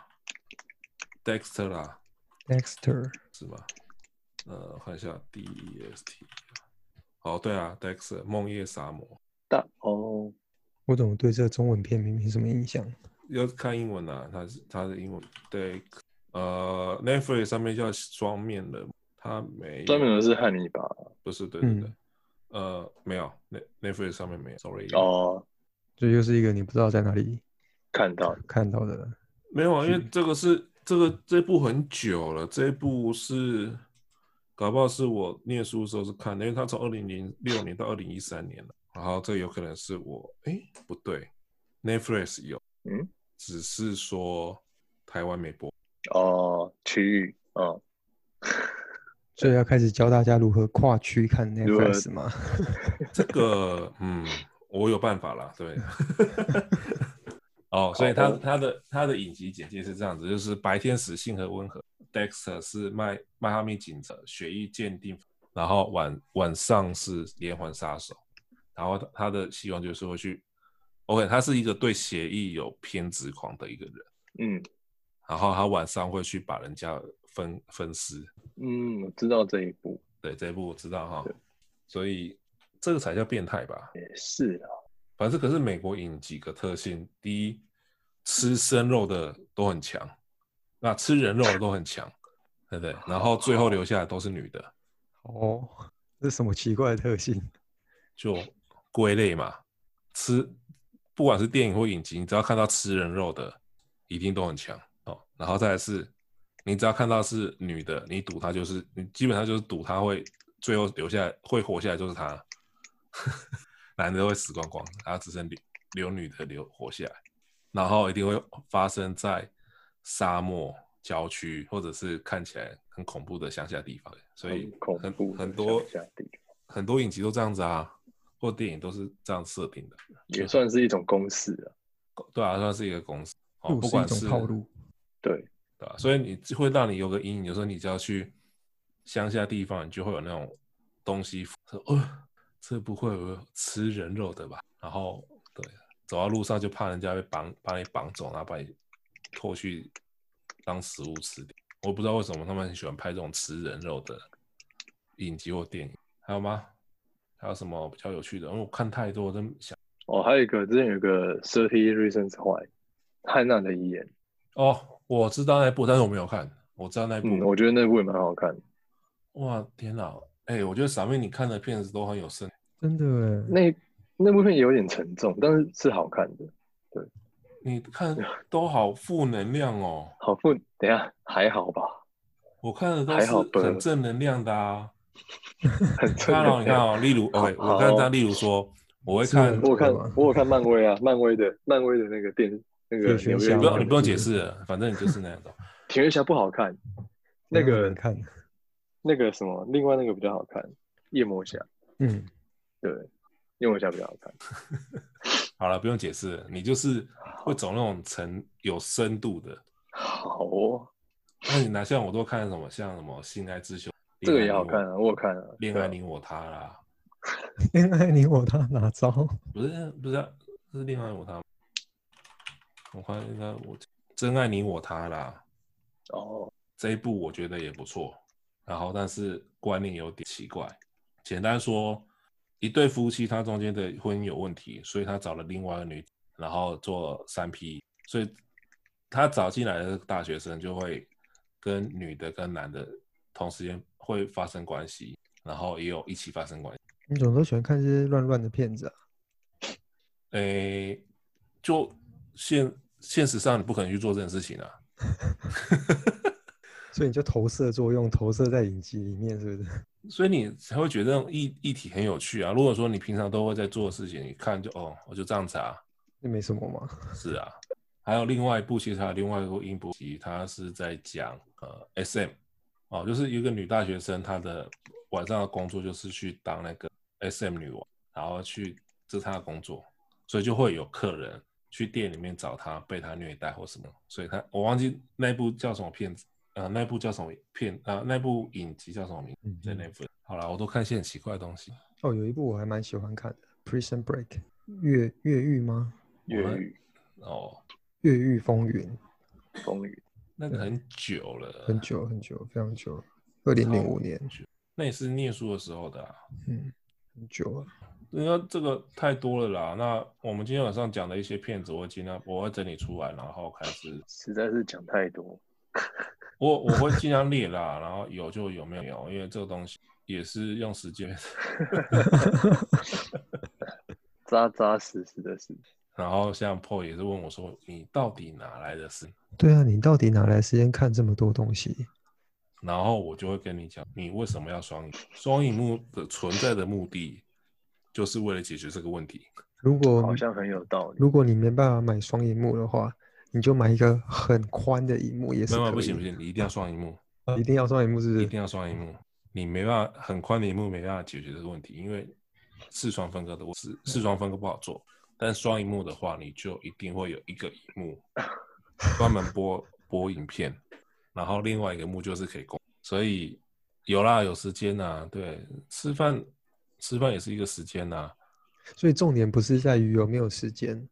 ？Dexter 啦， Dexter，是吗？呃，我看一下 D E S T。哦，对啊，Dexter 梦夜杀魔，大哦，我怎么对这个中文片名没什么印象？要看英文啊，它是它的英文 Dex，呃，Netflix 上面叫双面人，它没专有门的是汉尼拔不是对对对，嗯呃，没有，Net Netflix 上面没有，sorry，哦，这又是一个你不知道在哪里看到看到的没有啊，因为是这个是这个这部很久了，这部是搞不好是我念书的时候是看的，因为它从二零零六年到二零一三年了，然后这有可能是我诶，不对，Netflix 有，嗯，只是说台湾没播，哦，区域嗯，所以要开始教大家如何跨区看如何 Netflix 吗？ 这个嗯，我有办法啦，对。 哦，所以他好他的他的影集简介是这样子，就是白天时性和温和，Dexter 是迈迈阿密警察血液鉴定，然后晚晚上是连环杀手，然后他他的希望就是会去，OK，他是一个对协议有偏执狂的一个人，嗯，然后他晚上会去把人家分分尸。嗯，我知道这一部对，这一部我知道哈对，所以这个才叫变态吧？也是啊，反正可是美国影几个特性，第一，吃生肉的都很强，那吃人肉的都很强，对不对？然后最后留下来都是女的，哦，这是什么奇怪的特性？就归类嘛，吃不管是电影或影集，你只要看到吃人肉的，一定都很强哦。然后再来是，你只要看到是女的，你赌她就是，你基本上就是赌她会最后留下来会活下来就是她， 男的会死光光，然后只剩留留女的留活下来，然后一定会发生在沙漠。郊区或者是看起来很恐怖的乡下地方，所以很恐很怖的很多乡下地方很多影集都这样子啊，或电影都是这样设定的，也算是一种公式啊。对啊，算是一个公司哦，路不是一管种是套路，对，对吧、所以你会让你有个阴影，有时候你只要去乡下地方，你就会有那种东西，说哦，这不会有吃人肉的吧？然后对，走到路上就怕人家被绑，把你绑走，然后把你拖去当食物吃掉。我不知道为什么他们很喜欢拍这种吃人肉的影集或电影，还有吗？还有什么比较有趣的？因为我看太多，我真想哦，还有一个之前有个《Thirty Reasons Why》，汉娜的遗言，哦，我知道那一部，但是我没有看。我知道那一部，嗯，我觉得那部也蛮好看的。哇，天哪！哎、我觉得傻妹你看的片子都很有深，真的哎。那那部片也有点沉重，但是是好看的。你 看都好负能量哦。好不，等一下还好吧， 我看的都还好是吧很正能量的啊。很你 正看哦，能你看量。哦，例如好，OK，我看他，例如说，我会看，是不我有看好吧我有看漫威啊，漫威的漫威的那个电那个铁血纽约侠用你不用解释，释了，反正你就是那样的。铁血侠不好看，那很个难看，那个什么，另外那个比较好看，夜魔侠，嗯，对，夜魔侠比较好看。好了，不用解释了，你就是会走那种层有深度的。好哦，那你哪像我都看什么，像什么《性爱之修》，这个也恋爱好你看啊，我有看啊，恋对爱啊你我他啦，恋爱你我他哪招？不是不是啊、是恋爱我他吗。我看应该我真爱你我他啦，哦，这一部我觉得也不错，然后但是观念有点奇怪。简单说，一对夫妻他中间的婚姻有问题，所以他找了另外一个女，然后做三 P，所以他找进来的大学生就会跟女的跟男的同时间会发生关系，然后也有一起发生关系。你怎么都喜欢看这些乱乱的片子啊？诶、就现现实上你不可能去做这件事情啊。所以你就投射作用，投射在影集里面，是 不是？所以你才会觉得这种议议题很有趣啊。如果说你平常都会在做的事情，你看就哦，我就这样子啊，那没什么嘛。是啊。还有另外一部，其实还有另外一部一部集，它是在讲呃 SM 哦，就是一个女大学生，她的晚上的工作就是去当那个 SM 女王，然后去这是她的工作，所以就会有客人去店里面找她，被她虐待或什么，所以她我忘记那部叫什么片子，呃，那部叫什么片啊、呃那部影集叫什么名字？嗯在那部。好啦，我都看一些很奇怪的东西。哦，有一部我还蛮喜欢看的，《Prison Break》越越狱吗？越我们狱哦，越狱风云，风雨，那个很久了，很。久很久，非常久，二零零五年，那也是念书的时候的、啊。嗯，很久了。人家这个太多了啦。那我们今天晚上讲的一些片子，我会尽量我会整理出来，然后开始实在是讲太多。我我会尽量列啦，然后有就有，没有有，因为这个东西也是用时间。扎扎实实的事。然后像 Paul 也是问我说，你到底哪来的事？对啊，你到底哪来时间看这么多东西？然后我就会跟你讲，你为什么要双荧？双荧幕的存在的目的，就是为了解决这个问题。如果好像很有道理。如果你没办法买双荧幕的话，你就买一个很宽的荧幕也是没可有，以。不行不行，你一定要双荧幕，啊，一定要双荧幕是不一是？定要双荧幕。你没办法很宽的荧幕没办法解决这个问题，因为视窗分割的视视窗分割不好做。但双荧幕的话，你就一定会有一个荧幕专门播播影片，然后另外一个幕就是可以供。所以有啦，有时间呐，对，吃饭吃饭也是一个时间啊呐。所以重点不是在于有没有时间，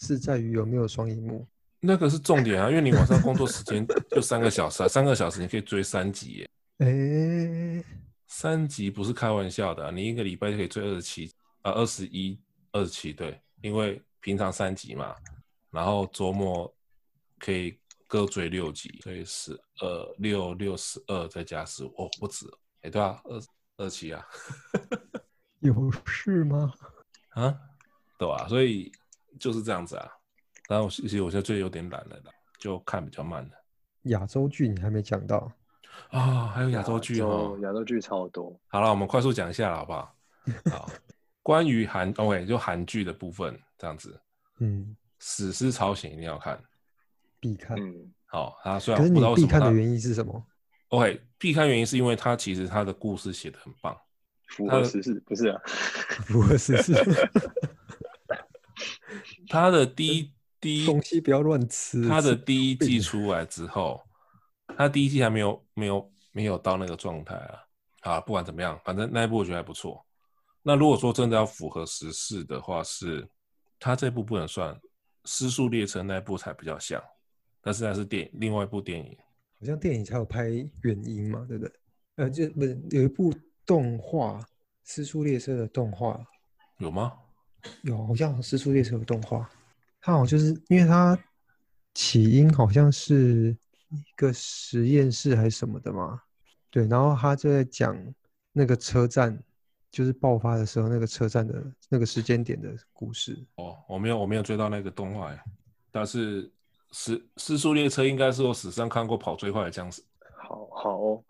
是在于有没有双荧幕。那个是重点啊，因为你晚上工作时间就三个小时啊，三个小时你可以追三集耶，哎、三集不是开玩笑的啊、你一个礼拜就可以追二十七啊，二十一、二十七对，因为平常三集嘛，然后周末可以各追六集，所以十二六六十二再加十五哦，不止，哎对啊，二二七啊，有事吗？啊， 对啊，所以就是这样子啊。然后我其实我现在最近有点懒了啦，就看比较慢了亚洲剧你还没讲到，啊、还有亚洲剧哦洲。亚洲剧超多，好了，我们快速讲一下啦好不好？好， 关于韩 OK 就韩剧的部分这样子，《嗯，史诗朝鲜》一定要看。必看。嗯，好，它虽可然是我不你知道为什么必啊看的它原因是什么？ OK 必看原因是因为它其实它的故事写的很棒，符他合的时事不是啊？不合适 是它的第一第一东西不要乱吃。他的是第一季出来之后，他第一季还没有没有没有到那个状态啊啊！不管怎么样，反正那一部我觉得还不错。那如果说真的要符合时事的话是，他这部不能算《失速列车》那一部才比较像，但是那是电另外一部电影好像电影才有拍原因嘛，对不对？呃，就不是有一部动画《失速列车》的动画，有吗？有好像《失速列车》有动画，它好像就是因为它起因好像是一个实验室还是什么的嘛，对，然后他就在讲那个车站就是爆发的时候那个车站的那个时间点的故事，哦，我没有我没有追到那个动画耶，但是《失失速列车》应该是我史上看过跑最快的僵尸，好好哦，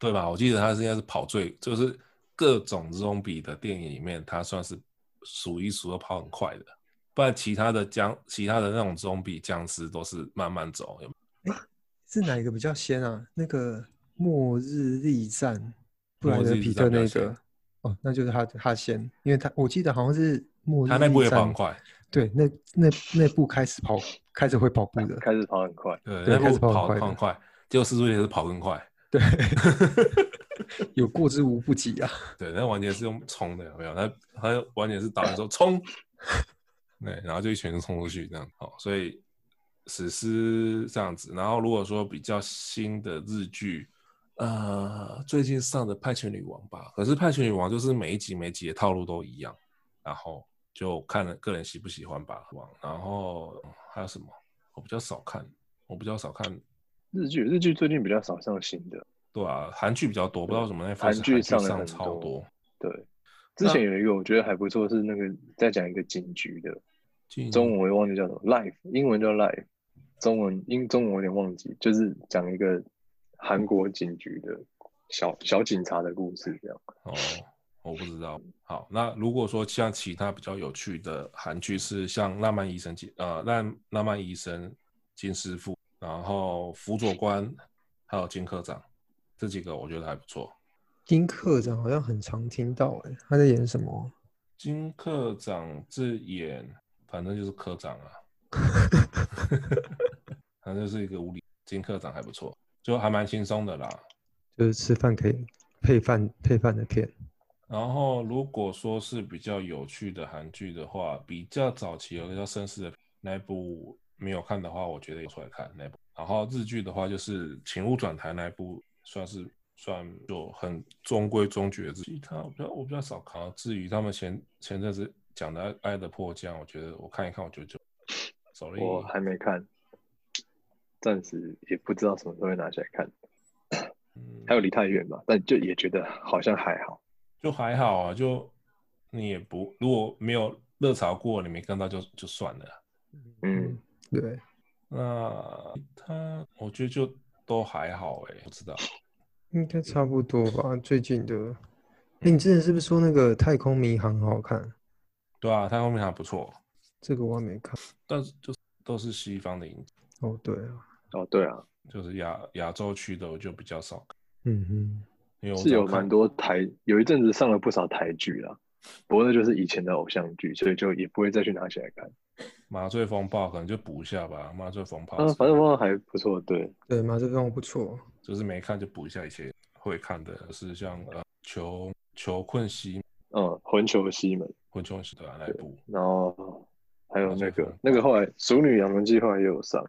对吧？我记得他是应该是跑最，就是各种 zombie 的电影里面，他算是数一数二跑很快的。不然其他的僵，其他的那种 zombie 僵尸都是慢慢走，有没有是哪一个比较先啊？那个《末日力战》，布莱末德日皮力特战比较那先个，哦，那就是他他先，因为他我记得好像是《末日他那部力也跑战很》，快，对，那那那部开始跑，开始会跑步 的，开始跑很快，对，嗯对那开部始跑跑很快的跑很快，结果《失速列车》是跑更快，对，有过之无不及啊。对，那完全是用冲的，有没有？他他完全是导演说 冲，对，然后就一拳就冲出去这样。好，所以史诗这样子。然后如果说比较新的日剧，呃，最近上的《派遣女王》吧，可是《派遣女王》就是每一集每一集的套路都一样，然后就看了个人喜不喜欢吧。王，然后嗯还有什么？我比较少看，我比较少看，日剧日剧最近比较少上新的，对啊，韩剧比较多，不知道为什么那韩剧上了上很超多多。对。之前有一个我觉得还不错，是那个在讲一个警局的，近中文我也忘记叫什么，Life，英文叫 Life，中文英中文我有点忘记，就是讲一个韩国警局的小小警察的故事，这样。哦，我不知道。好，那如果说像其他比较有趣的韩剧是像《浪漫医生金》呃，《浪浪漫医生金师傅》，然后《辅佐官》，还有《金科长》这几个，我觉得还不错。丁克长好像很常听到、欸，哎，他在演什么？金科长是演，反正就是科长啊， 反正就是一个无理。金科长还不错，就还蛮轻松的啦。就是吃饭可以配饭配饭的片。然后，如果说是比较有趣的韩剧的话，比较早期有一个叫《绅士的》那一部没有看的话，我觉得有出来看那一部。然后日剧的话，就是《请勿转台》那一部，算是算就很中规中矩的日剧。他我比较我比较少看啊。至于他们前前阵子讲的《爱爱的迫降》，我觉得我看一看，我觉得就 sorry，我还没看，暂时也不知道什么时候会拿起来看。嗯还有离太远吧，但就也觉得好像还好。就还好啊，就你也不如果没有热潮过，你没看到就就算了。嗯，对，那他，我觉得就都还好哎、不知道。应该差不多吧。最近的，哎、你之前是不是说那个《太空迷航》好看？对啊，他后面还不错，这个我还没看。但是就都是西方的影子，哦，对啊，哦，对啊，就是亚亚洲区的我就比较少看，嗯哼，因为我是有只看蛮多台，有一阵子上了不少台剧啦，不过那就是以前的偶像剧，所以就也不会再去拿起来看。麻醉风暴，可能就补一下吧。麻醉风暴啊，是，反正我还不错，对，对，马这风不错。就是没看就补一下以前会看的，是像呃求求困西嗯，《魂球西门》，混球西的那一部，然后还还有那个那个后来《熟女养成计划》也有上，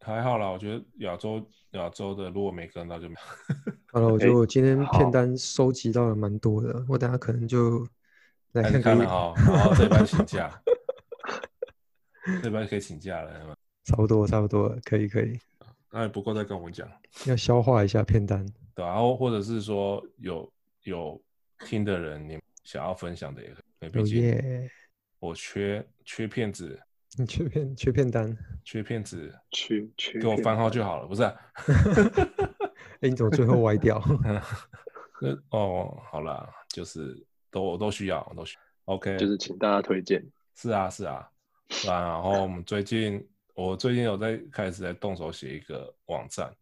还好啦，我觉得亚洲亚洲的如果没跟到就没。好了，我觉得哎我今天好片单收集到了蛮多的，我等下可 能就来哎看你看看了哈，然后这班请假，这班可以请假了，是吗差不多差不多了，可以可以，那也不够再跟我们讲，要消化一下片单。对啊然后或者是说有有听的人，你想要分享的也可以，毕有竟耶，我缺缺片子，你缺片缺片单， 缺片子，去去给我番号就好了，不是啊、 哎、你怎么最后歪掉？ 那哦，好啦，就是都我都需要，我都需 OK，就是请大家推荐。是啊是啊，对啊然后我们最近我最近有在开始在动手写一个网站，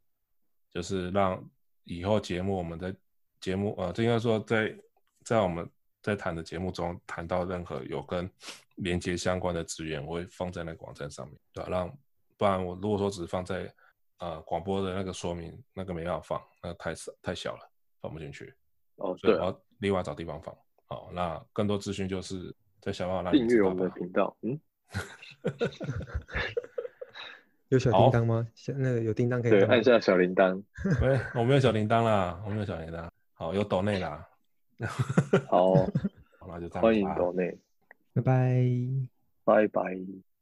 就是让以后节目我们在节目呃，这应该说在在我们在谈的节目中谈到任何有跟连接相关的资源，我会放在那个网站上面，对啊让不然我如果说只放在呃广播的那个说明，那个没办法放，那个太少太小了，放不进去。哦，所以对我啊，要另外找地方放。好，那更多资讯就是再想办法让订你阅知我道们的吧。频道。嗯，有小好叮当吗？小那个有叮当可以对，当吗按下小铃铛。喂，我没有小铃铛啦，我没有小铃铛。好，有抖内啦，好，哦 好那就这样吧。欢迎岛内，拜拜。拜拜。